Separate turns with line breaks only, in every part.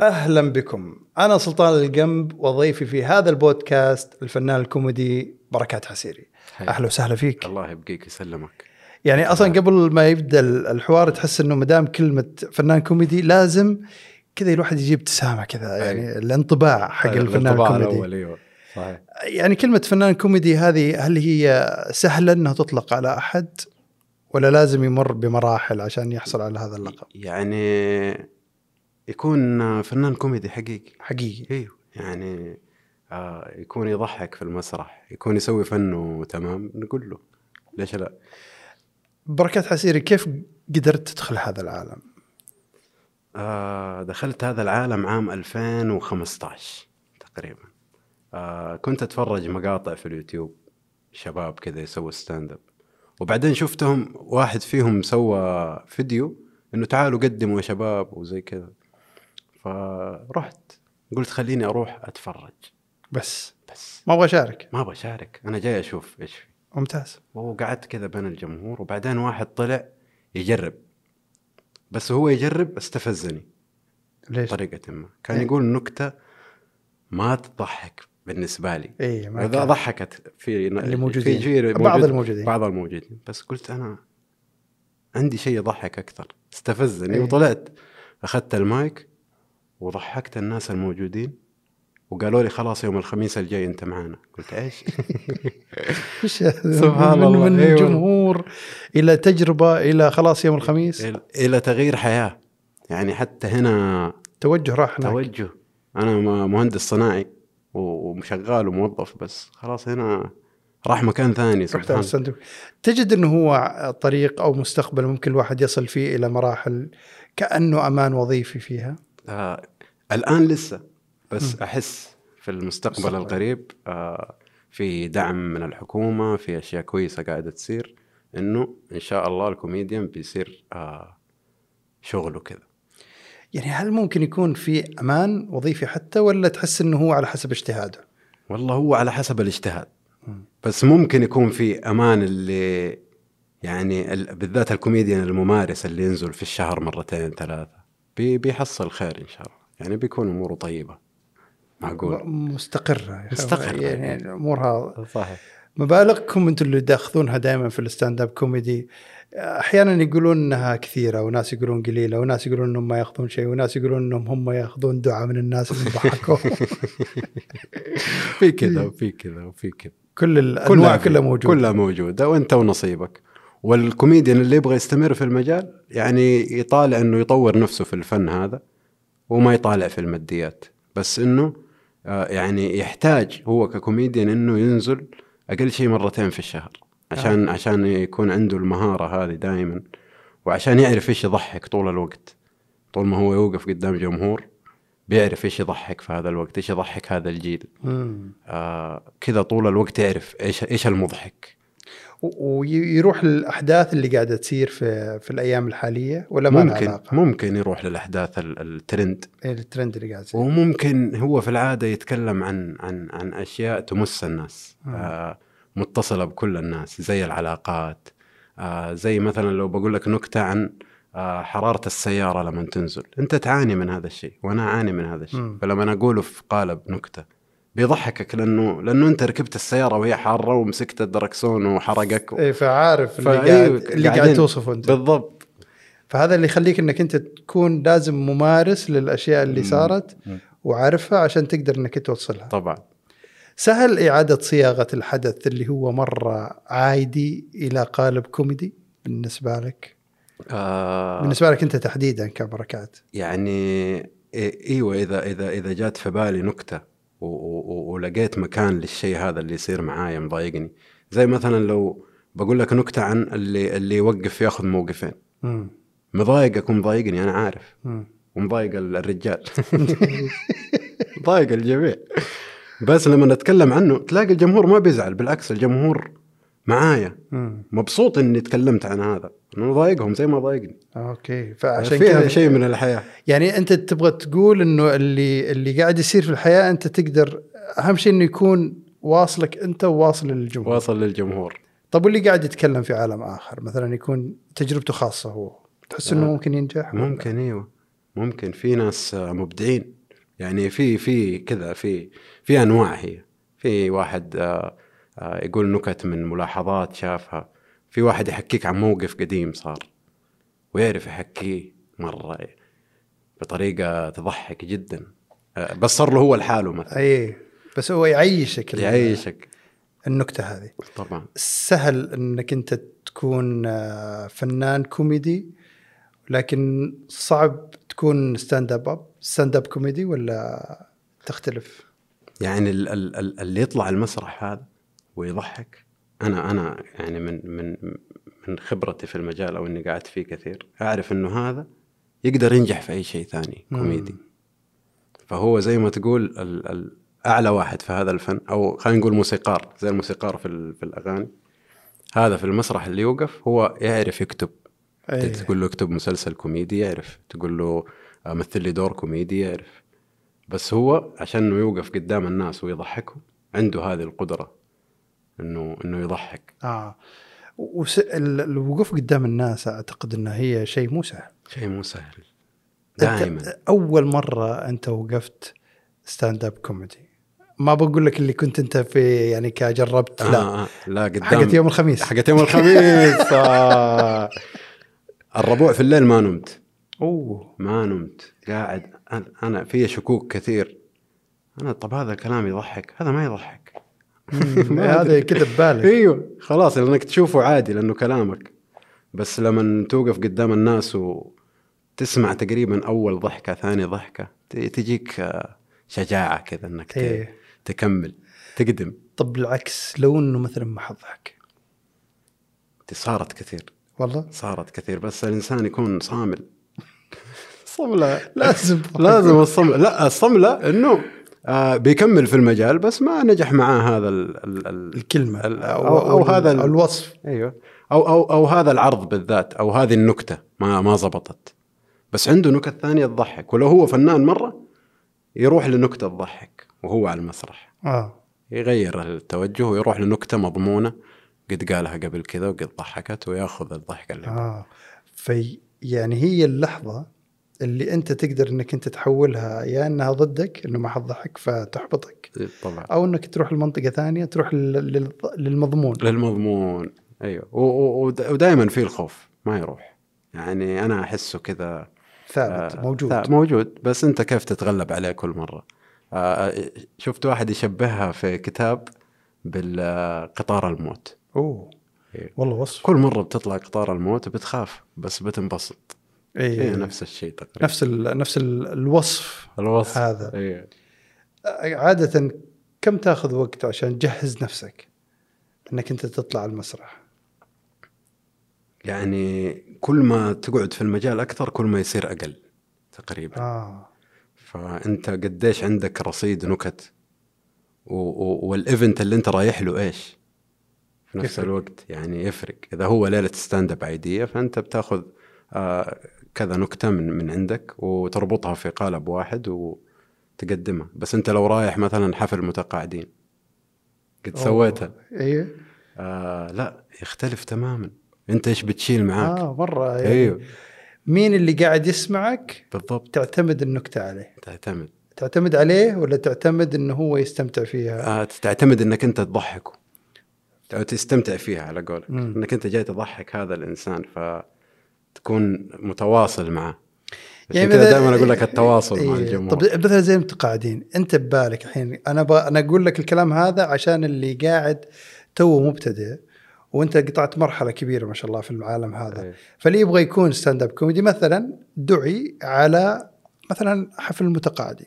اهلا بكم انا سلطان القنب وضيفي في هذا البودكاست الفنان الكوميدي بركات حسيري
هاي.
اهلا وسهلا فيك
الله يبقيك يسلمك
يعني اصلا قبل ما يبدا ال- الحوار تحس انه مدام كلمه فنان كوميدي لازم كذا الواحد يجيب ابتسامه كذا
أي.
يعني الانطباع حق الفنان
الانطباع
الكوميدي
الأول، ايوه صحيح
يعني كلمه فنان كوميدي هذه هل هي سهله انها تطلق على احد ولا لازم يمر بمراحل عشان يحصل على هذا اللقب
يعني يكون فنان كوميدي حقيقي
حقيقي
ايوه يعني آه يكون يضحك في المسرح يكون يسوي فنه تمام نقول له ليش لا
بركات حسيري كيف قدرت تدخل هذا العالم
آه دخلت هذا العالم عام 2015 تقريبا آه كنت اتفرج مقاطع في اليوتيوب شباب كذا يسووا ستاند اب وبعدين شفتهم واحد فيهم سوى فيديو انه تعالوا قدموا يا شباب وزي كذا فرحت قلت خليني اروح اتفرج
بس
بس
ما ابغى اشارك
ما ابغى اشارك انا جاي اشوف ايش في
ممتاز
وقعدت كذا بين الجمهور وبعدين واحد طلع يجرب بس هو يجرب استفزني
ليش
بطريقه ما كان
إيه.
يقول نكته ما تضحك بالنسبه لي
اي إيه، ما
اذا
كان.
ضحكت في
اللي موجودين.
في جيل
بعض
موجود-
الموجودين.
بعض الموجودين بس قلت انا عندي شيء يضحك اكثر استفزني
إيه.
وطلعت اخذت المايك وضحكت الناس الموجودين وقالوا لي خلاص يوم الخميس الجاي انت معانا قلت ايش
إيش هذا؟
سبحان
من,
الله،
من
أيوة.
جمهور إيه. الى تجربه الى خلاص يوم الخميس
إل- الى تغيير حياه يعني حتى هنا
توجه راح هناك
توجه انا م- مهندس صناعي و- ومشغال وموظف بس خلاص هنا راح مكان ثاني
رحت
سبحان
على
الله.
الصندوق تجد انه هو طريق او مستقبل ممكن الواحد يصل فيه الى مراحل كانه امان وظيفي فيها
آه الان لسه بس احس في المستقبل
مستقبل.
القريب آه في دعم من الحكومه في اشياء كويسه قاعده تصير انه ان شاء الله الكوميديان بيصير آه شغله كذا
يعني هل ممكن يكون في امان وظيفي حتى ولا تحس انه هو على حسب اجتهاده
والله هو على حسب الاجتهاد
مم.
بس ممكن يكون في امان اللي يعني ال- بالذات الكوميديان الممارس اللي ينزل في الشهر مرتين ثلاثه بي بيحصل خير ان شاء الله يعني بيكون اموره طيبه معقول
مستقره
مستقرة.
يعني امورها
صحيح
مبالغكم انتم اللي تاخذونها دائما في الستاند اب كوميدي احيانا يقولون انها كثيره وناس يقولون قليله وناس يقولون انهم ما ياخذون شيء وناس يقولون انهم هم ياخذون دعاء من الناس اللي ضحكوهم
في كذا وفي كذا وفي كذا
كل الانواع
في-
كلها موجوده
كلها موجوده وانت ونصيبك والكوميديان اللي يبغى يستمر في المجال يعني يطالع انه يطور نفسه في الفن هذا وما يطالع في الماديات بس انه آه، يعني يحتاج هو ككوميديان انه ينزل اقل شيء مرتين في الشهر عشان آه. عشان يكون عنده المهاره هذه دائما وعشان يعرف ايش يضحك طول الوقت طول ما هو يوقف قدام جمهور بيعرف ايش يضحك في هذا الوقت ايش يضحك هذا الجيل
مم.
آه كذا طول الوقت يعرف ايش ايش المضحك
و- ويروح الاحداث اللي قاعده تصير في في الايام الحاليه ولا ما لها
ممكن
علاقه
ممكن يروح للاحداث ال- الترند
إيه الترند اللي قاعد يصير
وممكن هو في العاده يتكلم عن عن عن اشياء تمس الناس
آه.
آه متصله بكل الناس زي العلاقات آه زي مثلا لو بقول لك نكته عن آه حراره السياره لما تنزل انت تعاني من هذا الشيء وانا اعاني من هذا
مم.
الشيء فلما أنا اقوله في قالب نكته بيضحكك لانه لانه انت ركبت السياره وهي حاره ومسكت الدركسون وحرقك
إيه فعارف اللي
فأيوه،
قاعد اللي قاعد
قاعدين-
توصفه انت
بالضبط
فهذا اللي يخليك انك انت تكون لازم ممارس للاشياء اللي
مم.
صارت
مم.
وعارفها عشان تقدر انك توصلها
طبعا
سهل اعاده صياغه الحدث اللي هو مره عادي الى قالب كوميدي بالنسبه لك
آه
بالنسبه لك انت تحديدا كبركات
يعني إي- ايوه اذا اذا اذا جات في بالي نكته و- و- و- ولقيت مكان للشيء هذا اللي يصير معايا مضايقني زي مثلا لو بقول لك نكته عن اللي اللي يوقف ياخذ موقفين
مم.
مضايقك ومضايقني انا عارف
مم.
ومضايق ال- الرجال ضايق الجميع بس لما نتكلم عنه تلاقي الجمهور ما بيزعل بالعكس الجمهور معايا
مم.
مبسوط اني تكلمت عن هذا انه ضايقهم زي ما ضايقني
اوكي فعشان
فيها
كذا
شيء من الحياه
يعني انت تبغى تقول انه اللي اللي قاعد يصير في الحياه انت تقدر اهم شيء انه يكون واصلك انت وواصل للجمهور
واصل للجمهور
طب واللي قاعد يتكلم في عالم اخر مثلا يكون تجربته خاصه هو تحس انه
آه.
ممكن ينجح ولا؟
ممكن ايوه ممكن في ناس آه، مبدعين يعني في في كذا في في انواع هي في واحد آه، آه، يقول نكت من ملاحظات شافها في واحد يحكيك عن موقف قديم صار ويعرف يحكيه مره بطريقه تضحك جدا آه، بس صار له هو لحاله مثلا
اي بس هو يعيشك ال-
يعيشك
النكته هذه
طبعا
سهل انك انت تكون آه، فنان كوميدي لكن صعب تكون ستاند اب اب ستاند اب كوميدي ولا تختلف
يعني ال- ال- ال- اللي يطلع المسرح هذا ويضحك انا انا يعني من من من خبرتي في المجال او اني قعدت فيه كثير اعرف انه هذا يقدر ينجح في اي شيء ثاني
مم.
كوميدي فهو زي ما تقول ال ال اعلى واحد في هذا الفن او خلينا نقول موسيقار زي الموسيقار في, ال- في الاغاني هذا في المسرح اللي يوقف هو يعرف يكتب
أي.
تقول له اكتب مسلسل كوميدي يعرف تقول له آه، مثل لي دور كوميدي يعرف بس هو عشان انه يوقف قدام الناس ويضحكهم عنده هذه القدره انه انه يضحك
اه وس... ال- الوقوف قدام الناس اعتقد انها هي شيء مو سهل
شيء مو سهل
أنت
دائما
اول مره انت وقفت ستاند اب كوميدي ما بقول لك اللي كنت انت في يعني كجربت
آه،
لا
آه، لا قدام
حقت يوم الخميس
حقت يوم الخميس آه. الربوع في الليل ما نمت
اوه
ما نمت قاعد أنا- انا في شكوك كثير انا طب هذا الكلام يضحك هذا ما يضحك
مم،
ما
هذا
أدري.
كذا ببالك
ايوه خلاص لانك تشوفه عادي لانه كلامك بس لما توقف قدام الناس وتسمع تقريبا اول ضحكه ثاني ضحكه ت- تجيك آه، شجاعه كذا انك ت-
إيه.
تكمل تقدم
طب العكس لو انه مثلا ما حد ضحك
دي صارت كثير
والله
صارت كثير بس الانسان يكون صامل صمله
لازم
لازم الصمله لا الصمله انه آه بيكمل في المجال بس ما نجح معاه هذا ال ال ال
الكلمه
ال- أو- أو
ال-
هذا ال-
أو الوصف
ايوه او او او هذا العرض بالذات او هذه النكته ما ما زبطت بس عنده نكت ثانيه تضحك ولو هو فنان مره يروح لنكته تضحك وهو على المسرح
اه
يغير التوجه ويروح لنكته مضمونه قد قالها قبل كذا وقد ضحكت وياخذ الضحكه اللي
اه في يعني هي اللحظه اللي انت تقدر انك انت تحولها يا انها ضدك انه ما حد ضحك فتحبطك
طبعا
او انك تروح لمنطقه ثانيه تروح لل- لل- للمضمون
للمضمون ايوه ودائما في الخوف ما يروح يعني انا احسه كذا آه.
ثابت موجود
لا، موجود بس انت كيف تتغلب عليه كل مره آه، شفت واحد يشبهها في كتاب بالقطار الموت
اوه
إيه.
والله وصف
كل مره بتطلع قطار الموت بتخاف بس بتنبسط هي
إيه.
نفس الشيء تقريبا
نفس ال... نفس ال... الوصف
الوصف
هذا.
إيه.
عاده كم تاخذ وقت عشان تجهز نفسك انك انت تطلع المسرح
يعني كل ما تقعد في المجال اكثر كل ما يصير اقل تقريبا
اه
فانت قديش عندك رصيد نكت و... و... والايفنت اللي انت رايح له ايش في نفس
يفرق.
يفرق. الوقت يعني يفرق اذا هو ليله ستاند اب عاديه فانت بتاخذ آه كذا نكته من من عندك وتربطها في قالب واحد وتقدمها بس انت لو رايح مثلا حفل متقاعدين قد سويتها
ايه
آه لا يختلف تماما انت ايش بتشيل معاك آه.
اه مره يعني
ايوه
مين اللي قاعد يسمعك
بالضبط
تعتمد النكته عليه
تعتمد
تعتمد عليه ولا تعتمد انه هو يستمتع فيها
آه، تعتمد انك انت تضحكه او تستمتع فيها على قولك
مم.
انك انت جاي تضحك هذا الانسان فتكون متواصل معه يعني كذا
مثلا-
دائما اقول لك التواصل مع
إيه.
الجمهور
طب مثلا زي المتقاعدين انت ببالك الحين انا ب... انا اقول لك الكلام هذا عشان اللي قاعد توه مبتدئ وانت قطعت مرحله كبيره ما شاء الله في العالم هذا
إيه.
فاللي يبغى يكون ستاند اب كوميدي مثلا دعي على مثلا حفل المتقاعدين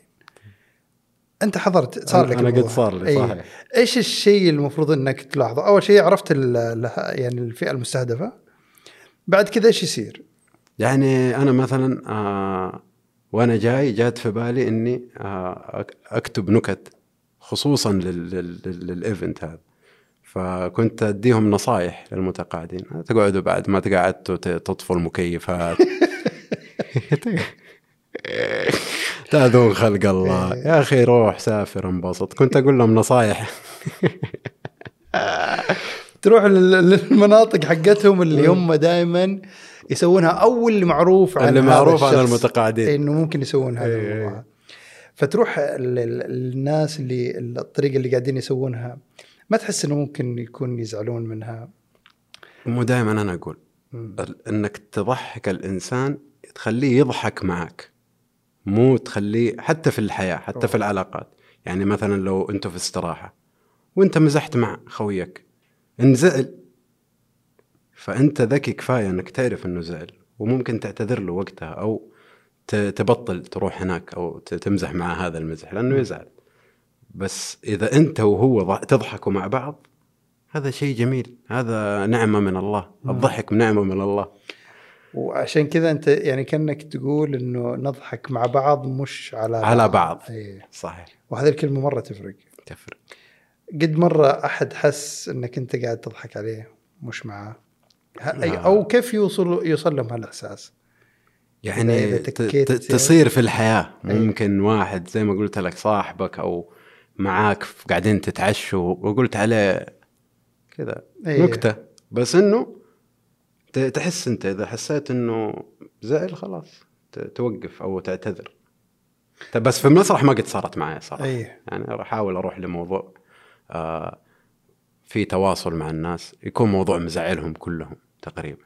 انت حضرت صار لك
انا قد
الموضوع.
صار لي
إيه.
صحيح
ايش الشيء المفروض انك تلاحظه؟ اول شيء عرفت ال- ال- يعني الفئه المستهدفه بعد كذا ايش يصير؟
يعني انا مثلا آه وانا جاي جات في بالي اني آه أك- اكتب نكت خصوصا لل- لل- لل- للايفنت هذا فكنت اديهم نصايح للمتقاعدين تقعدوا بعد ما تقعدتوا ت- تطفوا المكيفات تاذون خلق الله يا اخي روح سافر انبسط كنت اقول لهم نصايح
تروح لل- للمناطق حقتهم اللي هم دائما يسوونها او اللي معروف عن
اللي
هذا
معروف عن
الشخص.
المتقاعدين.
انه ممكن يسوون هذا
إيه.
الموضوع فتروح ال- ال- الناس اللي الطريقه اللي قاعدين يسوونها ما تحس انه ممكن يكون يزعلون منها
مو دائما انا اقول
مم.
ال- انك تضحك الانسان تخليه يضحك معك مو تخليه حتى في الحياه حتى في العلاقات يعني مثلا لو انتوا في استراحه وانت مزحت مع خويك انزعل فانت ذكي كفايه انك تعرف انه زعل وممكن تعتذر له وقتها او ت- تبطل تروح هناك او ت- تمزح مع هذا المزح لانه يزعل بس اذا انت وهو ض- تضحكوا مع بعض هذا شيء جميل هذا نعمه من الله الضحك نعمه من الله
وعشان كذا انت يعني كانك تقول انه نضحك مع بعض مش على
على بعض
إيه.
صحيح
وهذه الكلمه مره تفرق
تفرق
قد مرة أحد حس أنك أنت قاعد تضحك عليه مش معاه ه- أي-
آه.
أو كيف يوصل يوصل لهم هالإحساس إذا- إذا
يعني ت-
تكيت- إيه.
ت- تصير في الحياه ممكن واحد زي ما قلت لك صاحبك او معاك ف- قاعدين تتعشوا وقلت عليه كذا
إيه.
نكته بس انه ت- تحس انت اذا حسيت انه زعل خلاص ت- توقف او تعتذر ت- بس في المسرح ما قد صارت معي صراحه
أيه.
يعني راح احاول اروح لموضوع آه في تواصل مع الناس يكون موضوع مزعلهم كلهم تقريبا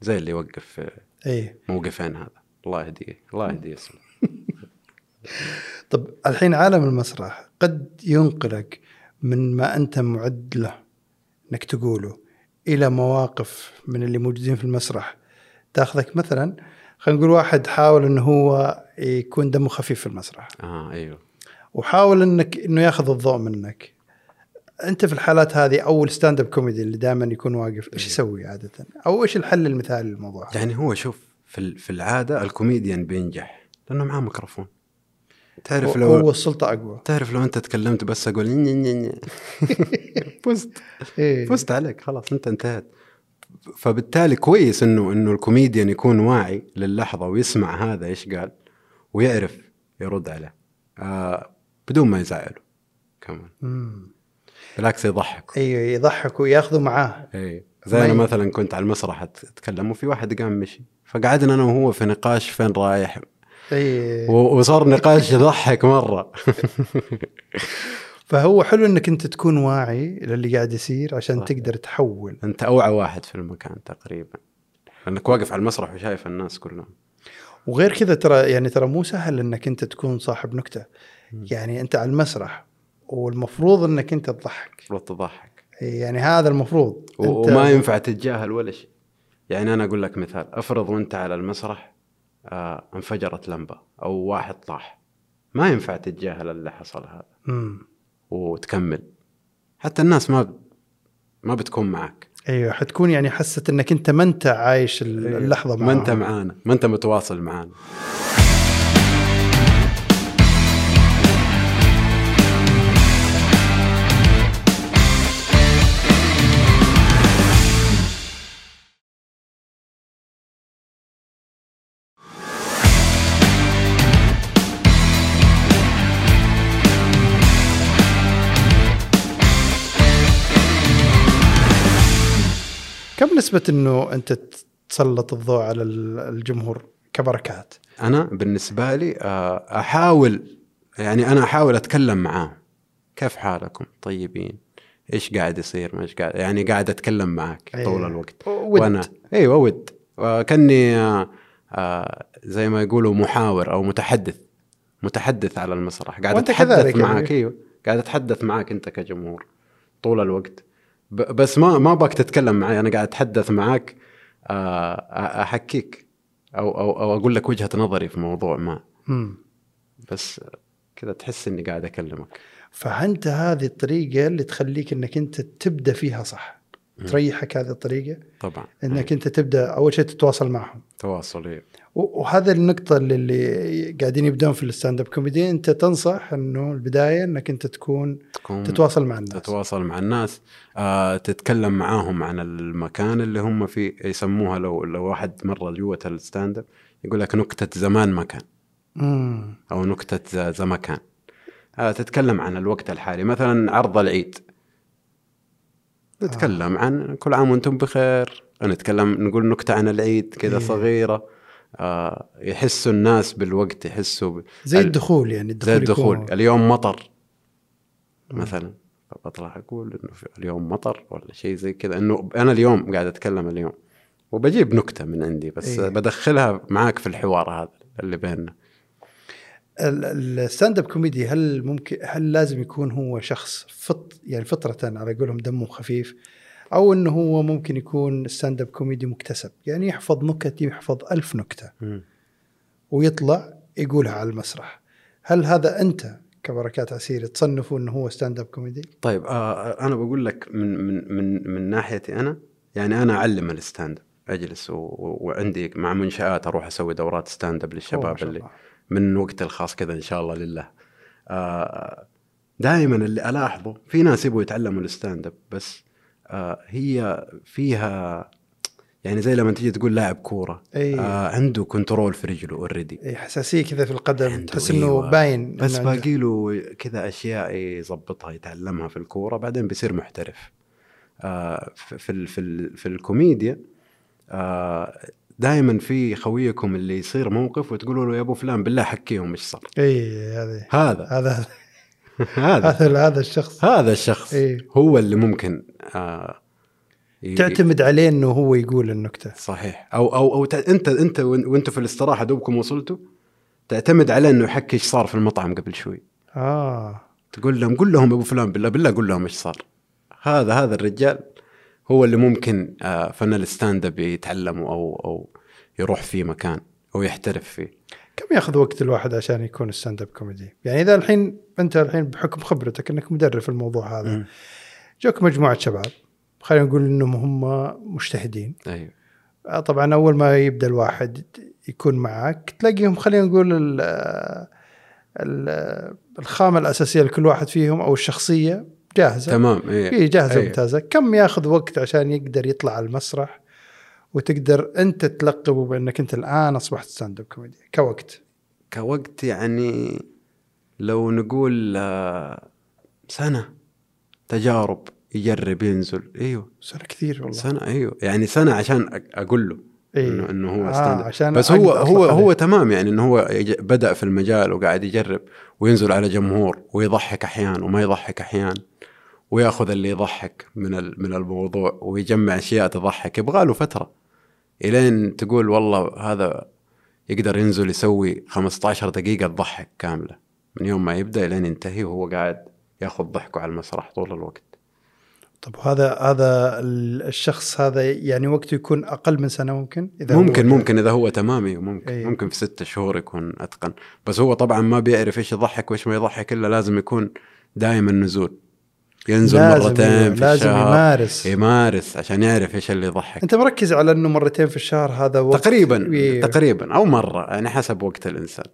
زي اللي يوقف في
إيه
موقفين هذا الله يهديه الله يهديه اسمه
طب الحين عالم المسرح قد ينقلك من ما أنت معد له أنك تقوله إلى مواقف من اللي موجودين في المسرح تاخذك مثلا خلينا نقول واحد حاول أنه هو يكون دمه خفيف في المسرح
اه ايوه
وحاول انك انه ياخذ الضوء منك انت في الحالات هذه او الستاند اب كوميدي اللي دائما يكون واقف ايش يسوي عاده او ايش الحل المثالي للموضوع هذا؟
يعني هو شوف في ال- في العاده الكوميديان بينجح لانه معاه ميكروفون تعرف
هو هو
لو
السلطه اقوى
تعرف لو انت تكلمت بس اقول ني- ني- ني. فزت
إيه.
فزت عليك خلاص انت انتهت فبالتالي كويس انه انه الكوميديان يكون واعي للحظه ويسمع هذا ايش قال ويعرف يرد عليه آه بدون ما يزعله كمان
مم.
بالعكس يضحك
ايوه يضحك وياخذه معاه
اي زي انا
ما ي-
مثلا كنت على المسرح أت- اتكلم وفي واحد قام مشي فقعدنا انا وهو في نقاش فين رايح
إيه. اي
و- وصار نقاش يضحك مره
فهو حلو انك انت تكون واعي للي قاعد يصير عشان تقدر تحول
انت اوعى واحد في المكان تقريبا لانك واقف على المسرح وشايف الناس كلهم
وغير كذا ترى يعني ترى مو سهل انك انت تكون صاحب نكته يعني انت على المسرح والمفروض انك انت تضحك
المفروض تضحك
يعني هذا المفروض
و-
أنت-
وما ينفع تتجاهل ولا شيء يعني انا اقول لك مثال افرض وانت على المسرح آه انفجرت لمبه او واحد طاح ما ينفع تتجاهل اللي حصل هذا
مم.
وتكمل حتى الناس ما ما بتكون معك
ايوه حتكون يعني حست انك انت ما انت عايش
أيوة.
ال- اللحظه
إيه. ما انت
معاهم.
معانا ما انت متواصل معانا
كم نسبه انه انت تسلط الضوء على ال- الجمهور كبركات؟
انا بالنسبه لي آه، احاول يعني انا احاول اتكلم معاهم كيف حالكم طيبين ايش قاعد يصير ما ايش قاعد يعني قاعد اتكلم معك
أيوة.
طول الوقت
ود.
وانا ايوه ود آه، كاني آه، آه، زي ما يقولوا محاور او متحدث متحدث على المسرح قاعد
وأنت
اتحدث
كذلك يعني.
معك ايوه قاعد اتحدث معك انت كجمهور طول الوقت ب- بس ما ما باك تتكلم معي انا قاعد اتحدث معك آه، أ- احكيك او او او اقول لك وجهه نظري في موضوع ما
مم.
بس كذا تحس اني قاعد اكلمك
فانت هذه الطريقه اللي تخليك انك انت تبدا فيها صح تريحك هذه الطريقه
طبعا
انك انت تبدا اول شيء تتواصل معهم
تواصل إيه.
و- وهذا النقطة اللي- اللي قاعدين يبدون في الستاند اب كوميدي انت تنصح انه البداية انك انت تكون
تكون
تتواصل مع الناس
تتواصل مع الناس آه، تتكلم معاهم عن المكان اللي هم فيه يسموها لو لو واحد مره جوه الستاند اب يقول لك نكته زمان مكان
مم.
او نكته ز- ز مكان آه، تتكلم عن الوقت الحالي مثلا عرض العيد نتكلم عن كل عام وانتم بخير نتكلم نقول نكته عن العيد كذا
إيه.
صغيره آه، يحسوا الناس بالوقت يحسوا ب...
زي
ال-
الدخول يعني الدخول
زي الدخول
يكون-
اليوم مطر مثلا بطلع اقول انه في اليوم مطر ولا شيء زي كذا انه انا اليوم قاعد اتكلم اليوم وبجيب نكته من عندي بس
إيه.
إيه. بدخلها معاك في الحوار هذا اللي بيننا
ال- ال- الستاند اب كوميدي هل ممكن هل لازم يكون هو شخص فط يعني فطره على قولهم دمه خفيف او انه هو ممكن يكون ستاند اب كوميدي مكتسب يعني يحفظ نكت يحفظ ألف نكته ويطلع يقولها على المسرح هل هذا انت كبركات عسير تصنفه انه هو ستاند اب كوميدي؟
طيب آه انا بقول لك من من من من ناحيتي انا يعني انا اعلم الستاند اب اجلس و... و... وعندي مع منشات اروح اسوي دورات ستاند اب
أوه، ما
للشباب
شاء
اللي
الله.
من وقت الخاص كذا ان شاء الله لله آه دائما اللي الاحظه في ناس يبغوا يتعلموا الستاند اب بس آه هي فيها يعني زي لما تيجي تقول لاعب كوره
أي.
آه عنده كنترول في رجله اوريدي
إيه، حساسيه كذا في القدم
عنده
تحس انه
إيوة.
باين
بس
إنه عنده-
باقي له كذا اشياء يظبطها يتعلمها في الكوره بعدين بيصير محترف آه في في ال- في, ال- في الكوميديا آه دائما في خويكم اللي يصير موقف وتقولوا له يا ابو فلان بالله حكيهم ايش صار
اي هذا
هذا
إيه، هذا
هذا
هذا هذا الشخص
هذا الشخص
إيه.
هو اللي ممكن آه ي-
تعتمد عليه انه هو يقول النكته
صحيح او او او تع- انت انت وإن- وانتوا في الاستراحه دوبكم وصلتوا تعتمد عليه انه يحكي ايش صار في المطعم قبل شوي
اه
تقول لهم قول لهم ابو فلان بالله بالله قول لهم ايش صار هذا هذا الرجال هو اللي ممكن آه، فن الستاند اب يتعلمه او او يروح فيه مكان او يحترف فيه
كم ياخذ وقت الواحد عشان يكون ستاند اب كوميدي؟ يعني اذا الحين انت الحين بحكم خبرتك انك مدرب في الموضوع هذا
مم.
جوك مجموعه شباب خلينا نقول انهم هم مجتهدين
ايوه
آه، طبعا اول ما يبدا الواحد يكون معك تلاقيهم خلينا نقول ال- ال- الخامه الاساسيه لكل واحد فيهم او الشخصيه جاهزه
تمام ايه
اي جاهزه
أي.
ممتازه إيه، كم ياخذ وقت عشان يقدر يطلع على المسرح وتقدر انت تلقبه بانك انت الان اصبحت ستاند اب كوميدي كوقت
كوقت يعني لو نقول آه، سنه تجارب يجرب ينزل ايوه
سنه كثير والله
سنه ايوه يعني سنه عشان أ- اقول له
إيه.
انه انه هو
آه،
ستاند
عشان
اب بس هو
أقدر
هو
أطلق
هو
عليه.
تمام يعني انه هو يج- بدا في المجال وقاعد يجرب وينزل على جمهور ويضحك احيان وما يضحك احيان وياخذ اللي يضحك من ال- من الموضوع ويجمع اشياء تضحك يبغى له فتره الين تقول والله هذا يقدر ينزل يسوي 15 دقيقه تضحك كامله من يوم ما يبدا الين ينتهي وهو قاعد ياخذ ضحكه على المسرح طول الوقت
طب هذا هذا ال- الشخص هذا يعني وقته يكون اقل من سنه ممكن اذا هو-
ممكن ممكن اذا هو تمامي ممكن
إيه.
أيه. ممكن في ستة شهور يكون اتقن بس هو طبعا ما بيعرف ايش يضحك وايش ما يضحك الا لازم يكون دائما نزول ينزل
لازم
مرتين في
لازم
الشهر إيه.
يمارس
يمارس عشان يعرف ايش اللي يضحك
انت مركز على انه مرتين في الشهر هذا وقت
تقريبا
إيه.
تقريبا او مره يعني حسب وقت الانسان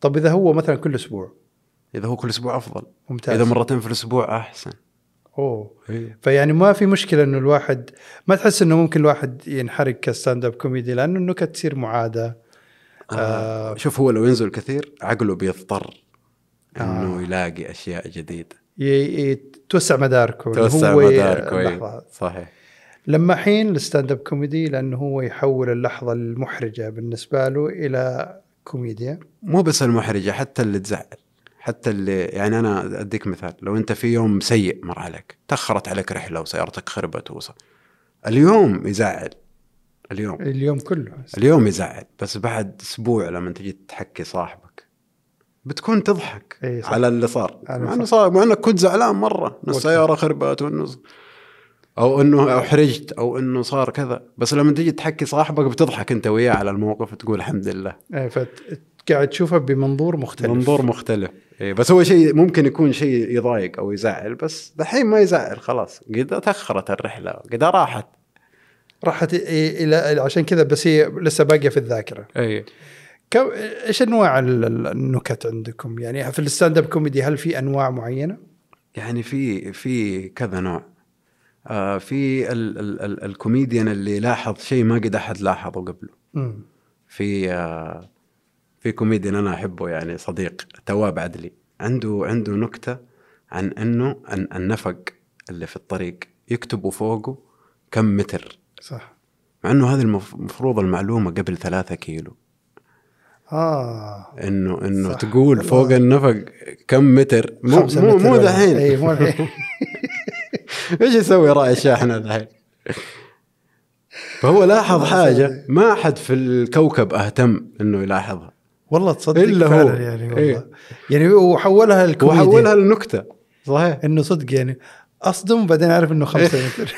طب اذا هو مثلا كل اسبوع
اذا هو كل اسبوع افضل
ممتاز
اذا مرتين في الاسبوع احسن
اوه
إيه.
فيعني ما في مشكله انه الواحد ما تحس انه ممكن الواحد ينحرق كستاند اب كوميدي لانه النكت تصير معاده
آه. شوف هو لو ينزل كثير عقله بيضطر انه
آه.
آه. يلاقي اشياء جديده
ي- ي- توسع مداركه إنه
توسع
هو ي-
مداركه
اللحظة.
أيوه. صحيح
لما حين الستاند اب كوميدي لانه هو يحول اللحظه المحرجه بالنسبه له الى كوميديا
مو بس المحرجه حتى اللي تزعل حتى اللي يعني انا اديك مثال لو انت في يوم سيء مر عليك تاخرت عليك رحله وسيارتك خربت وص... اليوم يزعل اليوم
اليوم كله
اليوم يزعل بس بعد اسبوع لما تجي تحكي صاحبك بتكون تضحك
إي إيه، صح.
على اللي صار
على
مع
اللي
انه صار مع انك كنت زعلان مره ان السياره خربت وانه او انه احرجت او انه صار كذا بس لما تجي تحكي صاحبك بتضحك انت وياه على الموقف وتقول الحمد لله
إيه، فت- قاعد تشوفها بمنظور مختلف
منظور مختلف إيه بس هو شيء ممكن يكون شيء يضايق او يزعل بس دحين ما يزعل خلاص قد تاخرت الرحله قد راحت
راحت إيه، الى عشان كذا بس هي لسه باقيه في الذاكره
اي
كم ايش انواع ال- ال- النكت عندكم يعني في الستاند اب كوميدي هل في انواع معينه
يعني في في كذا نوع آه في ال ال ال الكوميديان اللي لاحظ شيء ما قد احد لاحظه قبله
امم
في آه في كوميديان انا احبه يعني صديق تواب عدلي عنده عنده نكته عن انه عن النفق اللي في الطريق يكتبوا فوقه كم متر
صح
مع انه هذه المف- المفروض المعلومه قبل ثلاثة كيلو
اه
انه انه
صح.
تقول
والله.
فوق النفق كم متر مو
خمسة
مو,
متر
مو
ولا-
دحين
اي مو الحين
ايش يسوي راعي الشاحنه دحين؟ فهو لاحظ حاجه ما احد في الكوكب اهتم انه يلاحظها
والله تصدق
إلا هو.
فعلا يعني والله
إيه.
يعني وحولها الكوميديا
وحولها لنكته صحيح
انه صدق يعني اصدم بعدين اعرف انه خمسة متر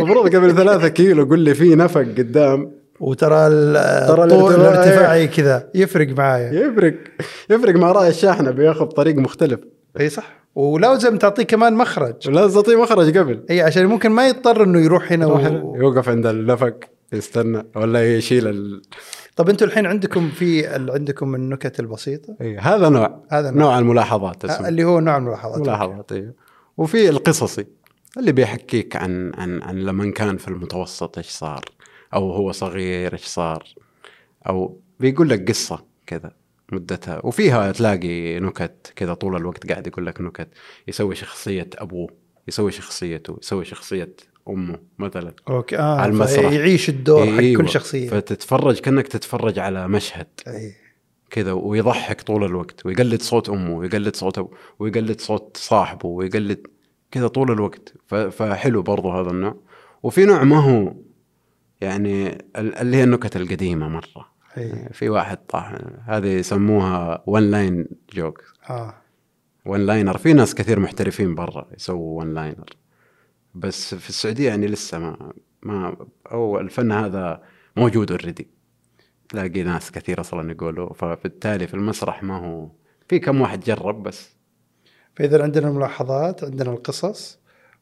المفروض قبل ثلاثة كيلو قول لي في نفق قدام
وترى ال-
ترى
الطول
الارتفاع-
الارتفاعي كذا يفرق معايا
يفرق يفرق مع راعي الشاحنه بياخذ طريق مختلف
اي إيه، صح ولازم تعطيه كمان مخرج
لا يستطيع مخرج قبل
اي عشان ممكن ما يضطر انه يروح هنا
يروح
و...
يوقف عند النفق يستنى ولا يشيل ال...
طب انتم الحين عندكم في ال- عندكم النكت البسيطه
إيه، هذا نوع
هذا نوع,
نوع الملاحظات اسمه
اللي هو نوع من الملاحظات
ملاحظات ايوه وفي القصصي اللي بيحكيك عن عن عن لما كان في المتوسط ايش صار او هو صغير ايش صار او بيقول لك قصه كذا مدتها وفيها تلاقي نكت كذا طول الوقت قاعد يقول لك نكت يسوي شخصيه ابوه يسوي شخصيته يسوي شخصيه امه مثلا
اوكي اه
على المسرح.
يعيش الدور حق
أيوة.
كل شخصيه
فتتفرج كانك تتفرج على مشهد
أي.
كذا ويضحك طول الوقت ويقلد صوت امه ويقلد صوت أبوه ويقلد صوت صاحبه ويقلد كذا طول الوقت ف- فحلو برضو هذا النوع وفي نوع ما هو يعني ال- اللي هي النكت القديمه مره
أي.
في واحد طاح هذه يسموها ون لاين جوك
اه
ون لاينر في ناس كثير محترفين برا يسووا ون لاينر بس في السعوديه يعني لسه ما ما او الفن هذا موجود اوريدي تلاقي ناس كثير اصلا يقولوا فبالتالي في المسرح ما هو في كم واحد جرب بس
فاذا عندنا الملاحظات عندنا القصص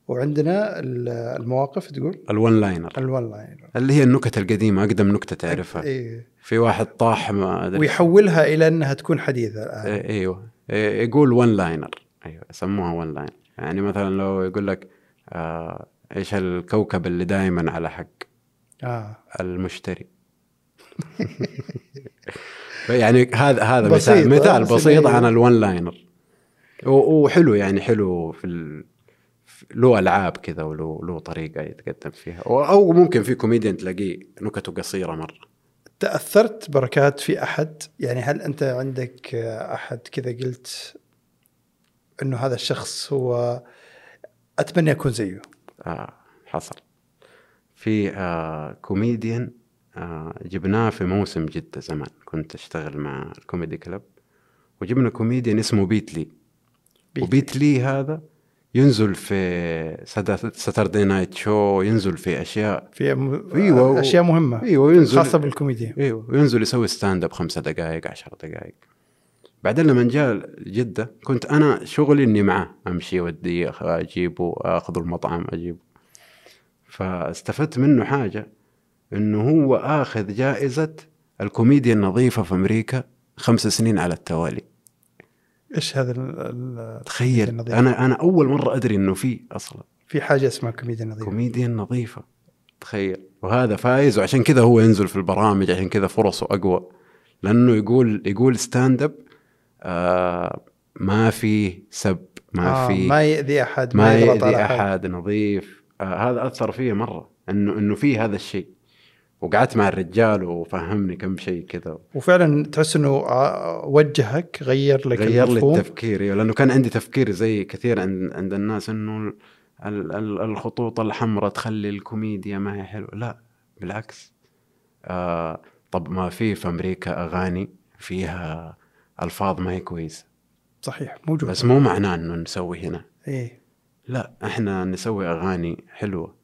وعندنا ال- المواقف تقول
الون لاينر
الون لاين
اللي هي النكت القديمه اقدم نكته تعرفها
اي
في واحد طاح ما ادري
ويحولها الى انها تكون حديثه الان
إيه- ايوه إيه، يقول ون لاينر ايوه يسموها ون لاين يعني مثلا لو يقول لك آه ايش الكوكب اللي دائما على حق إيه.
اه
المشتري يعني هذا هذا
بسيط،
مثال مثال
بس
بسيط
يعني-
عن الون لاينر و- وحلو يعني حلو في ال... في- له العاب كذا وله له طريقه يتقدم فيها أو- او ممكن في كوميديان تلاقيه نكته قصيره مره
تاثرت بركات في احد يعني هل انت عندك احد كذا قلت انه هذا الشخص هو اتمنى اكون زيه
آه حصل في آه كوميديان آه جبناه في موسم جده زمان كنت اشتغل مع الكوميدي كلب وجبنا كوميديان اسمه بيتلي
بيت-
وبيت لي هذا ينزل في ساتردي نايت شو ينزل في اشياء
في م...
أيوة.
اشياء مهمه
ايوه ينزل
خاصه بالكوميديا
ايوه وينزل يسوي ستاند اب خمسة دقائق عشر دقائق بعدين لما جاء جدة كنت أنا شغلي إني معاه أمشي ودي أجيبه أخذه المطعم أجيبه فاستفدت منه حاجة إنه هو آخذ جائزة الكوميديا النظيفة في أمريكا خمس سنين على التوالي
ايش هذا ال... ال...
تخيل
النظيفة.
أنا أنا أول مرة أدري إنه في أصلا
في حاجه اسمها كوميديا نظيفه
كوميديا نظيفة تخيل وهذا فايز وعشان كذا هو ينزل في البرامج عشان كذا فرصه أقوى لأنه يقول يقول ستاند اب آه ما في سب ما
آه،
آه في ما,
ما ياذي احد
ما
يضغط
يأذي
على
أحد نظيف آه هذا أثر فيه مرة إنه إنه في هذا الشيء وقعدت مع الرجال وفهمني كم شيء كذا
وفعلا تحس انه آه، وجهك غير لك
غير لي
المفهوم.
التفكير أيوة، لانه كان عندي تفكير زي كثير عند, عند الناس انه ال- ال- الخطوط الحمراء تخلي الكوميديا ما هي حلوه لا بالعكس آه طب ما في في امريكا اغاني فيها الفاظ ما هي كويسه
صحيح موجود
بس مو معناه انه نسوي هنا
ايه
لا احنا نسوي اغاني حلوه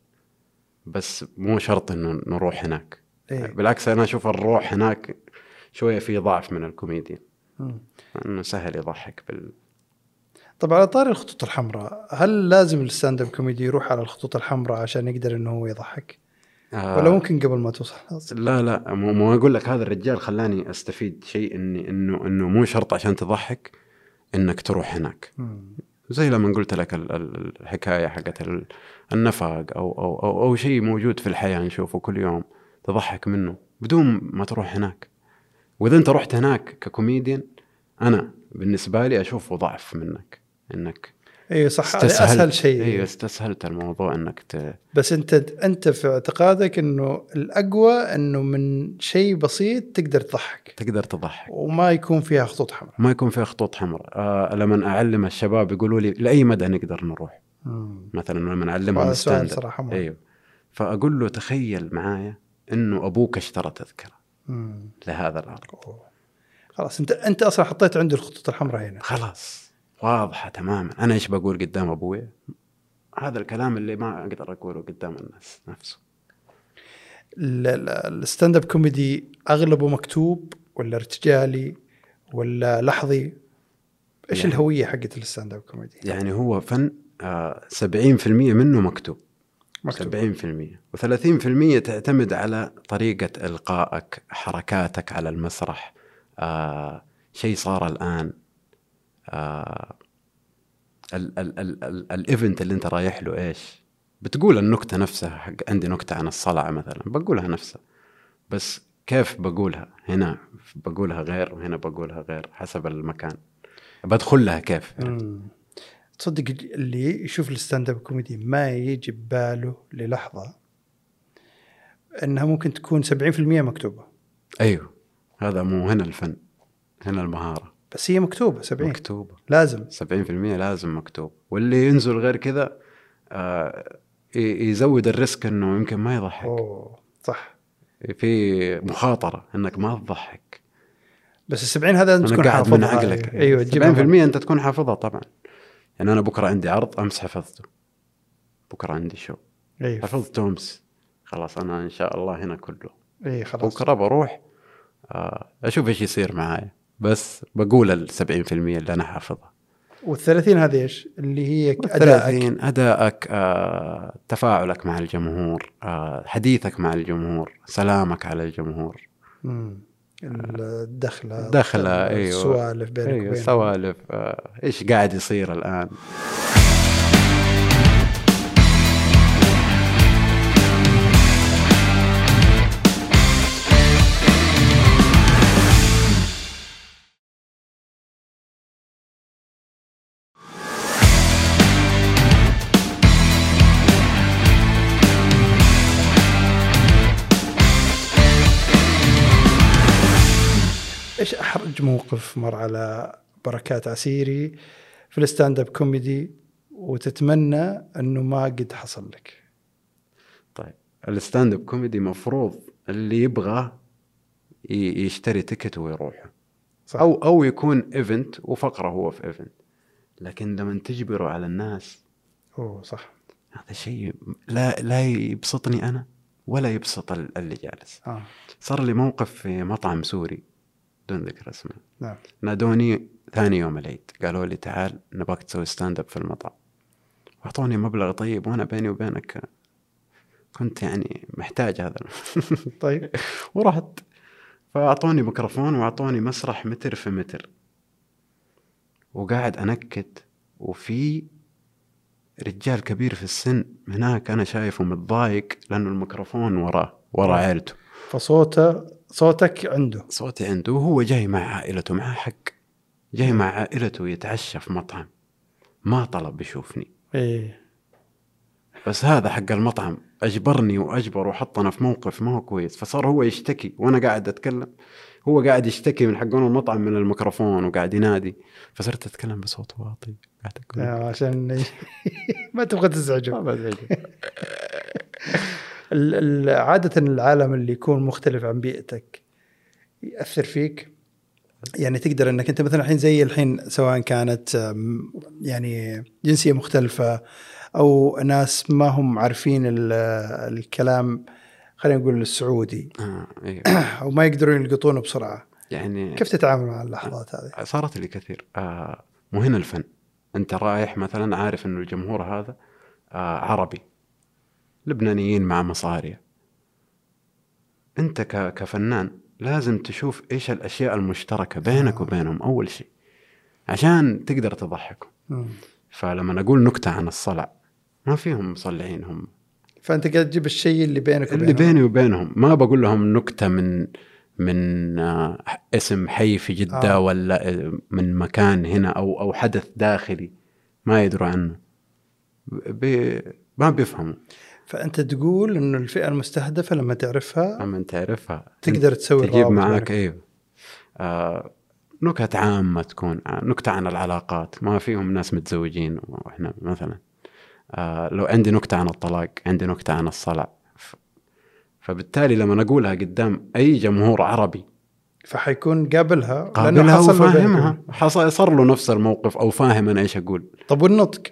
بس مو شرط انه نروح هناك
ايه
بالعكس انا اشوف الروح هناك شويه في ضعف من الكوميديا
مم.
انه سهل يضحك بال
طب على طار الخطوط الحمراء هل لازم الستاند اب كوميدي يروح على الخطوط الحمراء عشان يقدر انه هو يضحك
آه
ولا ممكن قبل ما توصل أصلاً؟
لا لا مو مو اقول لك هذا الرجال خلاني استفيد شيء اني انه انه مو شرط عشان تضحك انك تروح هناك
مم.
زي لما قلت لك ال- ال- الحكايه حقت ال- النفق او او او, أو شيء موجود في الحياه نشوفه كل يوم تضحك منه بدون ما تروح هناك واذا انت رحت هناك ككوميديان انا بالنسبه لي اشوفه ضعف منك انك
اي إيه، صح هذا اسهل شيء
ايوه استسهلت الموضوع انك ت...
بس انت انت في اعتقادك انه الاقوى انه من شيء بسيط تقدر تضحك
تقدر تضحك
وما يكون فيها خطوط حمراء
ما يكون فيها خطوط حمراء آه لما اعلم الشباب يقولوا لي لاي مدى نقدر نروح مثلا لما نعلمهم
هذا آه، سؤال
ستاند
صراحه مهم
ايوه فاقول له تخيل معايا انه ابوك اشترى تذكره
مم.
لهذا الامر
أوه. خلاص انت انت اصلا حطيت عنده الخطوط الحمراء هنا
خلاص واضحه تماما انا ايش بقول قدام ابويا هذا الكلام اللي ما اقدر اقوله قدام الناس نفسه
ال- ال- الستاند اب كوميدي اغلبه مكتوب ولا ارتجالي ولا لحظي ايش
يعني-
الهويه حقت الستاند اب كوميدي
يعني هو فن آه 70% منه مكتوب
مكتوب
70% و30% تعتمد على طريقة إلقائك حركاتك على المسرح آه، شيء صار الآن آه، ال- ال- ال- ال- الإيفنت اللي أنت رايح له إيش بتقول النكتة نفسها حق عندي نكتة عن الصلعة مثلا بقولها نفسها بس كيف بقولها هنا بقولها غير وهنا بقولها غير حسب المكان بدخل لها كيف
مم. تصدق اللي يشوف الستاند اب كوميدي ما يجي بباله للحظه انها ممكن تكون 70% مكتوبه
أيوه هذا مو هنا الفن هنا المهارة
بس هي مكتوبه 70
مكتوبة
لازم
70% لازم مكتوب واللي ينزل غير كذا آه، ي- يزود الريسك انه يمكن ما يضحك
اوه صح
في مخاطره انك ما تضحك
بس ال 70 هذا لازم
انا
تكون
قاعد من
حافظها
عقلك
ايوه تجيبها
70% انت تكون حافظها طبعا يعني انا بكره عندي عرض امس حفظته بكره عندي شو
ايوه
حفظته امس خلاص انا ان شاء الله هنا كله
اي إيه، خلاص
بكره بروح آه، اشوف ايش يصير معايا بس بقول ال 70% اللي انا حافظها
وال30 هذه ايش؟ اللي هي ادائك
أدائك أدائك آه، تفاعلك مع الجمهور آه، حديثك مع الجمهور سلامك على الجمهور
مم. الدخله
الدخلة، أيوة.
السوالف بينك
أيوة،
وبين
سوالف آه، إيش قاعد يصير الآن
ايش احرج موقف مر على بركات عسيري في الستاند اب كوميدي وتتمنى انه ما قد حصل لك
طيب الستاند اب كوميدي مفروض اللي يبغى ي- يشتري تيكت ويروح
صح
او او يكون ايفنت وفقره هو في ايفنت لكن لما تجبره على الناس
اوه صح
هذا شيء لا لا يبسطني انا ولا يبسط ال- اللي جالس
اه
صار لي موقف في مطعم سوري دون ذكر اسمه
نعم
نادوني ثاني يوم العيد قالوا لي تعال نبغاك تسوي ستاند اب في المطعم واعطوني مبلغ طيب وانا بيني وبينك كنت يعني محتاج هذا الم-
طيب
ورحت فاعطوني ميكروفون واعطوني مسرح متر في متر وقاعد انكت وفي رجال كبير في السن هناك انا شايفه متضايق لانه الميكروفون وراه ورا عيلته
فصوته صوتك عنده
صوتي عنده وهو جاي مع عائلته معاه حق جاي مع عائلته يتعشى في مطعم ما طلب يشوفني إيه.
ايه
بس هذا حق المطعم اجبرني واجبر وحطنا في موقف ما هو كويس فصار هو يشتكي وانا قاعد اتكلم هو قاعد يشتكي من حقون المطعم من الميكروفون وقاعد ينادي فصرت اتكلم بصوت واطي قاعد اقول
آه، عشان ما تبغى تزعجه
ما بزعجه.
ال- ال- عادة العالم اللي يكون مختلف عن بيئتك يأثر فيك يعني تقدر انك انت مثلا الحين زي الحين سواء كانت أم، يعني جنسية مختلفة او ناس ما هم عارفين ال- الكلام خلينا نقول السعودي
آه، أيوه.
او ما يقدرون يلقطونه بسرعة
يعني
كيف تتعامل مع اللحظات هذه؟
صارت لي كثير آه مو هنا الفن انت رايح مثلا عارف انه الجمهور هذا آه عربي لبنانيين مع مصارية انت ك- كفنان لازم تشوف ايش الاشياء المشتركه بينك
آه.
وبينهم اول شيء عشان تقدر تضحكهم
مم.
فلما اقول نكته عن الصلع ما فيهم مصلعين هم
فانت قاعد تجيب الشيء اللي بينك
اللي
وبينهم.
بيني وبينهم ما بقول لهم نكته من من آه، اسم حي في جده
آه.
آه. ولا آه، من مكان هنا او او حدث داخلي ما يدروا عنه بي ما بيفهموا
طيب. فانت تقول انه الفئه المستهدفه لما تعرفها
اما انت تعرفها
تقدر تسوي
تجيب
الروابط
معاك
بينك.
ايوه آه نكت عامة تكون آه، نكتة عن العلاقات ما فيهم ناس متزوجين واحنا مثلا آه لو عندي نكتة عن الطلاق عندي نكتة عن الصلع ف- فبالتالي لما أقولها قدام أي جمهور عربي
فحيكون قابلها لأنه
قابلها
حصل له
وفاهمها
بينكم.
حصل صار له نفس الموقف أو فاهم أنا إيش أقول
طب والنطق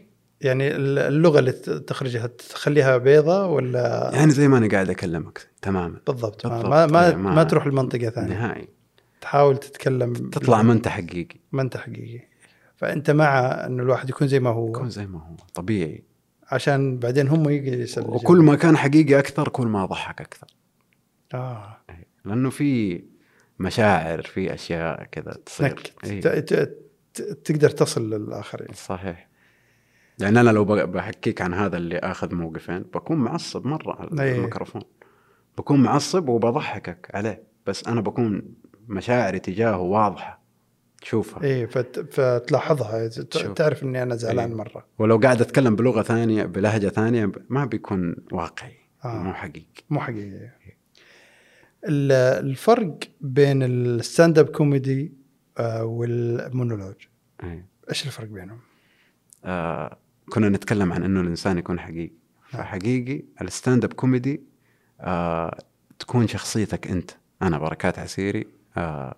يعني ال- اللغه اللي ت- تخرجها تخليها بيضة ولا
يعني زي ما أنا قاعد أكلمك تماما
بالضبط ما
بالضبط.
ما, ما,
يعني ما-
ما تروح لمنطقه ثانيه
نهائي
تحاول تتكلم
تطلع ما أنت حقيقي
ما انت حقيقي فانت مع انه الواحد يكون زي ما هو
كون زي ما هو طبيعي
عشان بعدين هم يجلسوا
وكل ما كان حقيقي أكثر كل ما ضحك أكثر
اه
لانه في مشاعر في اشياء كذا تصير
نكت
إيه،
ت- ت- ت- تقدر تصل للاخرين
صحيح يعني انا لو ب- بحكيك عن هذا اللي اخذ موقفين بكون معصب مره على
إيه.
الميكروفون بكون معصب وبضحكك عليه بس انا بكون مشاعري تجاهه واضحه تشوفها
ايه فت... فتلاحظها ت-
شوف.
تعرف اني انا زعلان
إيه.
مره
ولو قاعد اتكلم بلغه ثانيه بلهجه ثانيه ب- ما بيكون واقعي
آه.
مو حقيقي
مو حقيقيه ال- الفرق بين الستاند اب كوميدي آه، والمونولوج
إيه.
ايش الفرق بينهم؟
آه كنا نتكلم عن انه الانسان يكون حقيقي فحقيقي الستاند اب كوميدي آه تكون شخصيتك انت انا بركات عسيري آه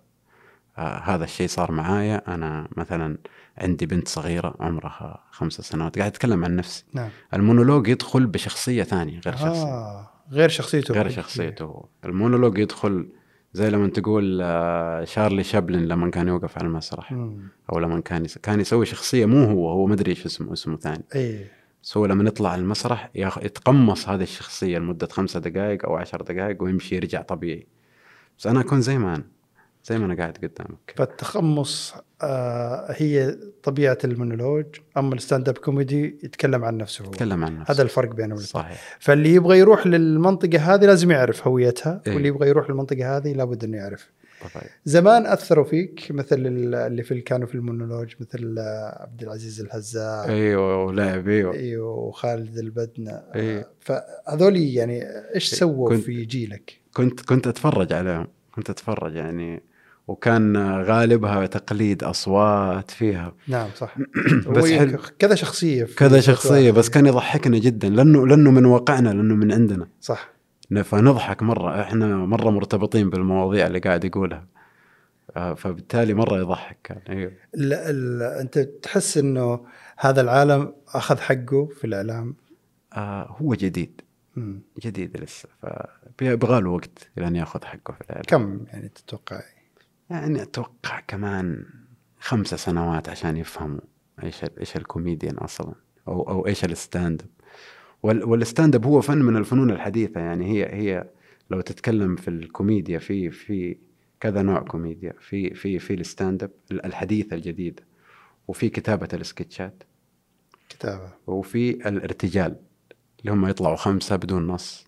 آه هذا الشيء صار معايا انا مثلا عندي بنت صغيره عمرها خمسة سنوات قاعد اتكلم عن نفسي
نعم
المونولوج يدخل بشخصيه ثانيه غير شخصيه
آه غير شخصيته
غير شخصيته هو. المونولوج يدخل زي لما تقول آه، شارلي شابلن لما كان يوقف على المسرح
مم.
او لما كان يس... كان يسوي شخصيه مو هو هو ما ادري ايش اسمه اسمه ثاني
ايه
بس هو لما يطلع على المسرح ياخ... يتقمص هذه الشخصيه لمده خمسة دقائق او عشر دقائق ويمشي يرجع طبيعي بس انا اكون زي ما انا زي ما انا قاعد قدامك
فالتخمص آه هي طبيعه المونولوج اما الستاند اب كوميدي يتكلم عن نفسه هو
تكلم عن نفسك
هذا الفرق بينهم
صحيح
فاللي يبغى يروح للمنطقه هذه لازم يعرف هويتها
إيه.
واللي يبغى يروح للمنطقه هذه لابد انه يعرف
طبيعي
زمان اثروا فيك مثل ال- اللي في كانوا في المونولوج مثل آه، عبد العزيز الهزاع
ايوه ولعب ايوه
ايوه وخالد البدنة
إيه.
فهذول يعني ايش سووا
كنت-
في جيلك؟
كنت كنت اتفرج عليهم كنت اتفرج يعني وكان غالبها تقليد اصوات فيها
نعم صح
بس
هو يعني
حلو
كذا شخصيه في
كذا
فترة
شخصيه بس كان يضحكنا جدا لانه لانه من واقعنا لانه من عندنا
صح
ن- فنضحك مرة احنا مرة مرتبطين بالمواضيع اللي قاعد يقولها آه، فبالتالي مرة يضحك كان ايوه
ال ال انت تحس انه هذا العالم اخذ حقه في الاعلام
آه، هو جديد
مم.
جديد لسه فبيبغى له وقت لأن ياخذ حقه في العالم
كم يعني تتوقع
يعني اتوقع كمان خمسة سنوات عشان يفهموا ايش ال- ايش الكوميديان اصلا او او ايش الستاند اب وال- والستاند اب هو فن من الفنون الحديثه يعني هي هي لو تتكلم في الكوميديا في في كذا نوع كوميديا في في في الستاند اب ال- الحديثه الجديده وفي كتابه السكتشات
كتابه
وفي الارتجال اللي هم يطلعوا خمسه بدون نص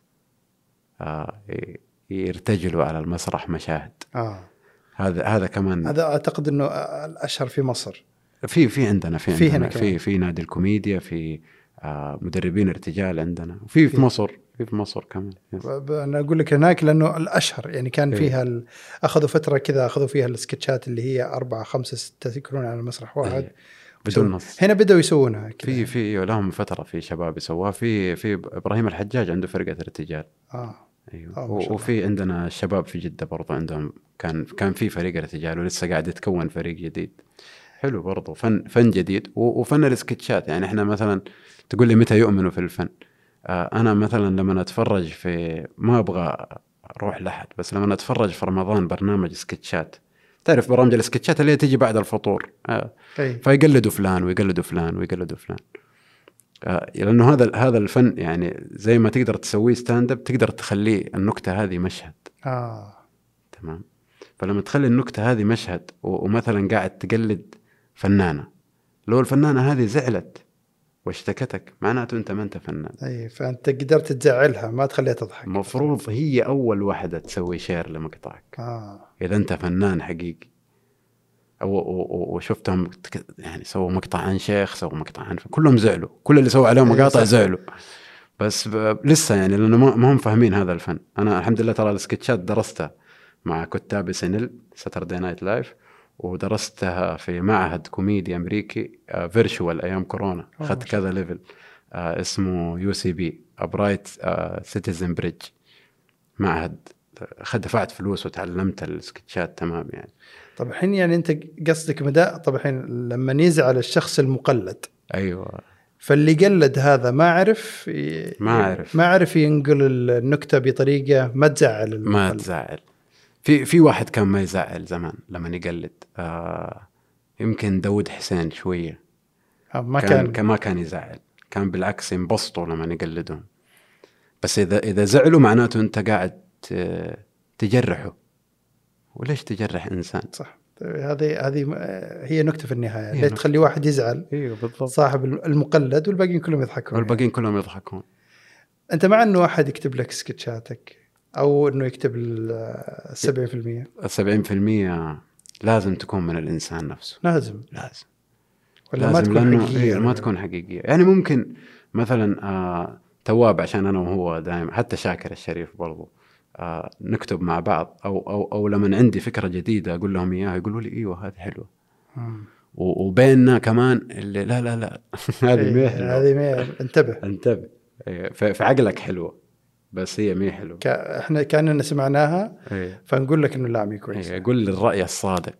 آه ي- يرتجلوا على المسرح مشاهد
اه
هذا هذا كمان
هذا اعتقد انه الاشهر في مصر
في في عندنا في
في
عندنا
هنا كمان.
في في نادي الكوميديا في آه مدربين ارتجال عندنا وفي في
في.
مصر في في مصر كمان يس.
ب- انا اقول لك هناك لانه الاشهر يعني كان
إيه.
فيها ال... اخذوا فتره كذا اخذوا فيها السكتشات اللي هي أربعة خمسة ستة يكونون على مسرح واحد
إيه. بدون نص
هنا بدأوا يسوونها كذا
في في أيوة، لهم فتره في شباب يسووها في في ابراهيم الحجاج عنده فرقه ارتجال
اه
ايوه
آه، ما شاء
و-
الله.
وفي عندنا الشباب في جده برضو عندهم كان كان في فريق ارتجال ولسه قاعد يتكون فريق جديد حلو برضو فن فن جديد و- وفن السكتشات يعني احنا مثلا تقول لي متى يؤمنوا في الفن آه، انا مثلا لما اتفرج في ما ابغى اروح لحد بس لما اتفرج في رمضان برنامج سكتشات تعرف برامج السكتشات اللي هي تجي بعد الفطور آه،
اي
فيقلدوا فلان ويقلدوا فلان ويقلدوا فلان آه، لانه هذا هذا الفن يعني زي ما تقدر تسويه ستاند اب تقدر تخليه النكته هذه مشهد
اه
تمام فلما تخلي النكته هذه مشهد و- ومثلا قاعد تقلد فنانه لو الفنانه هذه زعلت واشتكتك معناته انت ما انت فنان
اي فانت قدرت تزعلها ما تخليها تضحك
المفروض هي اول واحده تسوي شير لمقطعك
اه
اذا انت فنان حقيقي و- و- و- وشفتهم تك- يعني سووا مقطع عن شيخ سووا مقطع عن كلهم زعلوا كل اللي سووا عليهم
أيوة،
مقاطع
صح.
زعلوا بس ب... لسه يعني لانه ما ما هم فاهمين هذا الفن انا الحمد لله ترى السكتشات درستها مع كتاب سنل ساتردي نايت لايف ودرستها في معهد كوميدي امريكي فيرشوال ايام كورونا
ما
اخذت
شاء
كذا ليفل آه، اسمه يو سي بي ابرايت سيتيزن بريدج معهد آه، خد دفعت فلوس وتعلمت السكتشات تمام يعني
طب الحين يعني انت قصدك مدى طب الحين لما يزعل الشخص المقلد أيوة.
ايوه
فاللي قلد هذا ما عرف ي-
ما عرف.
ما عرف ينقل النكته بطريقه ما تزعل
ما
المقلد.
تزعل في في واحد كان ما يزعل زمان لما يقلد آه يمكن داود حسين شويه
آه، ما
كان,
كان,
كان ما كان يزعل كان بالعكس ينبسطوا لما يقلدهم بس اذا اذا زعلوا معناته انت قاعد ت- تجرحه وليش تجرح انسان؟
صح هذه هذه م- آه، هي نكته في النهايه
هي
ليش
نكتة.
تخلي واحد يزعل
ايوه بالضبط
صاحب الم- المقلد والباقيين كلهم يضحكون يعني.
والباقيين كلهم يضحكون
انت مع انه واحد يكتب لك سكتشاتك او انه يكتب ال آه، 70%
ال 70% لازم تكون من الانسان نفسه
لازم
لازم
ولا ما
لازم
تكون
لأنه-
حقيقيه
إيه، ما تكون حقيقيه يعني ممكن مثلا آه تواب عشان انا وهو دائما حتى شاكر الشريف برضو آه نكتب مع بعض او او او لما عندي فكره جديده اقول لهم اياها يقولوا لي ايوه هذه حلوه
مم.
و- وبيننا كمان اللي لا لا لا هذه ما هي
إيه،
حلوه
هذه ما انتبه
انتبه إيه، ف- في عقلك حلوه بس هي ما هي حلوه
ك... احنا كاننا سمعناها
إيه.
فنقول لك انه لا مي كويس
إيه، قول لي الراي الصادق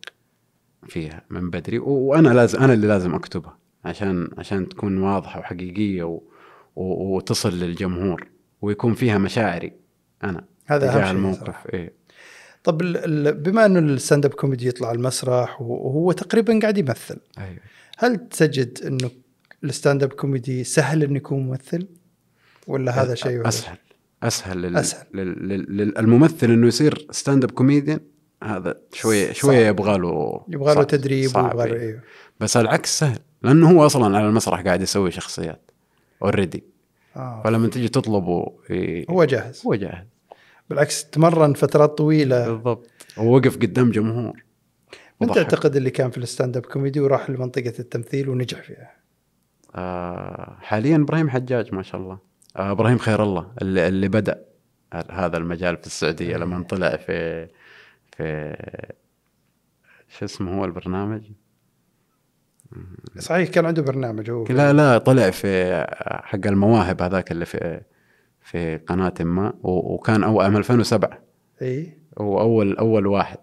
فيها من بدري و- وانا لازم انا اللي لازم اكتبها عشان عشان تكون واضحه وحقيقيه و... و... وتصل للجمهور ويكون فيها مشاعري انا
هذا
تجاه
اهم شيء
الموقف
صراحة.
إيه.
طب ال... ال... بما انه الستاند اب كوميدي يطلع المسرح و- وهو تقريبا قاعد يمثل
أيوة.
هل تجد انه الستاند اب كوميدي سهل انه يكون ممثل ولا هذا شيء ولا
اسهل اسهل لل...
أسهل.
لل... لل... لل... الممثل انه يصير ستاند اب كوميديان هذا شويه
صعب.
شويه يبغى له
يبغى له
صعب-
تدريب
صعب،
ويبغى له
إيه.
ايوه
بس العكس سهل لانه هو اصلا على المسرح قاعد يسوي شخصيات اوريدي
آه.
فلما تجي تطلبه إيه،
هو جاهز
هو جاهز
بالعكس تمرن فترات طويله
بالضبط ووقف قدام جمهور
من
وضحك.
تعتقد اللي كان في الستاند اب كوميدي وراح لمنطقه التمثيل ونجح فيها
آه حاليا ابراهيم حجاج ما شاء الله آه ابراهيم خير الله اللي, اللي بدا هذا المجال في السعوديه لما طلع في في شو اسمه هو البرنامج؟
صحيح كان عنده برنامج هو
لا لا طلع في حق المواهب هذاك اللي في في قناه ما و- وكان او عام 2007
اي
هو اول اول واحد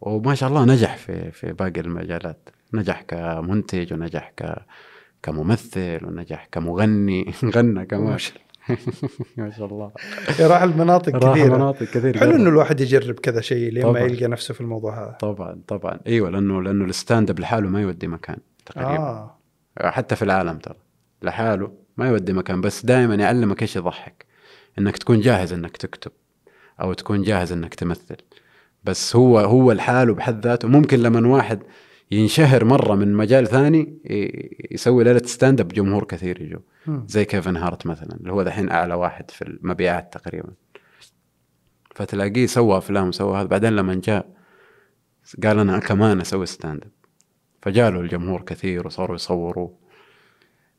وما شاء الله نجح في في باقي المجالات نجح كمنتج ونجح ك كممثل ونجح كمغني غنى كمان
ما شاء
ما شاء الله
إيه، راح لمناطق
راح
كثيره
مناطق كثير
حلو
جداً.
انه الواحد يجرب كذا شيء لما
طبعاً.
يلقى نفسه في الموضوع هذا
طبعا طبعا ايوه لانه لانه الستاند اب لحاله ما يودي مكان تقريبا
اه
آه. حتى في العالم ترى لحاله ما يودي مكان بس دائما يعلمك ايش يضحك انك تكون جاهز انك تكتب او تكون جاهز انك تمثل بس هو هو لحاله بحد ذاته ممكن لما واحد ينشهر مره من مجال ثاني ي- يسوي ليله ستاند اب جمهور كثير يجوا
مم.
زي كيفن هارت مثلا اللي هو دحين اعلى واحد في المبيعات تقريبا فتلاقيه سوى افلام وسوى هذا بعدين لما جاء قال انا كمان اسوي ستاند اب فجاله الجمهور كثير وصاروا يصوروه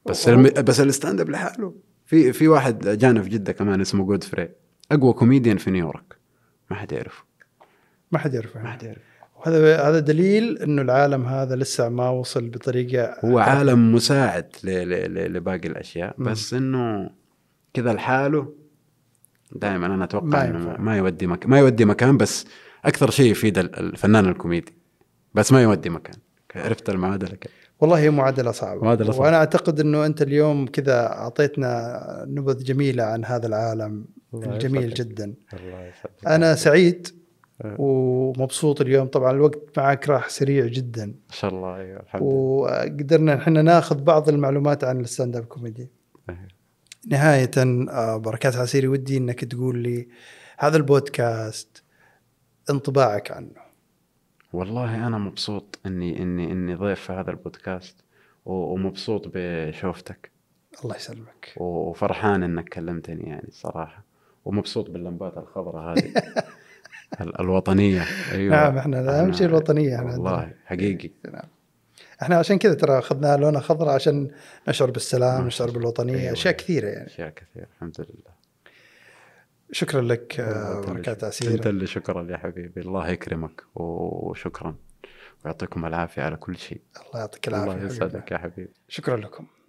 بس الم... بس الستاند اب لحاله في في واحد جانا في جده كمان اسمه جود فري اقوى كوميديان في نيويورك ما حد يعرفه
ما حد
ما
يعرفه
حد يعرفه
وهذا هذا دليل انه العالم هذا لسه ما وصل بطريقه
هو عالم مساعد ل... ل... ل... لباقي الاشياء
مم.
بس انه كذا لحاله دائما انا
ما
اتوقع انه
ينفع.
ما- ما يودي مك... ما يودي مكان بس اكثر شيء يفيد ال- الفنان الكوميدي بس ما يودي مكان عرفت المعادله كيف؟
والله هي معادله صعبه
معادلة صعبة.
وانا اعتقد انه انت اليوم كذا اعطيتنا نبذ جميله عن هذا العالم
الله
الجميل
يسعدك.
جدا
الله يسعدك
انا سعيد
أه.
ومبسوط اليوم طبعا الوقت معك راح سريع جدا
ما شاء الله ايوه الحمد لله
وقدرنا احنا ناخذ بعض المعلومات عن الستاند اب كوميدي
أيوة.
نهاية آه، بركات عسيري ودي انك تقول لي هذا البودكاست انطباعك عنه
والله انا مبسوط اني اني اني ضيف في هذا البودكاست و- ومبسوط بشوفتك
الله يسلمك
و- وفرحان انك كلمتني يعني الصراحه ومبسوط باللمبات الخضراء هذه ال- الوطنيه ايوه
نعم، إحنا أهم شيء الوطنية إحنا
والله
عندنا.
حقيقي
نعم. احنا عشان كذا ترى اخذنا لونه خضراء عشان نشعر بالسلام
نعم.
نشعر بالوطنيه
أيوة.
اشياء كثيره يعني
اشياء كثير الحمد لله
شكرا لك آه، بركات
الله يخليك. انت
تعسير
اللي شكرا يا حبيبي الله يكرمك وشكرا ويعطيكم العافيه على كل شيء
الله يعطيك
الله
العافيه
يسعدك
حبيبنا.
يا حبيبي
شكرا لكم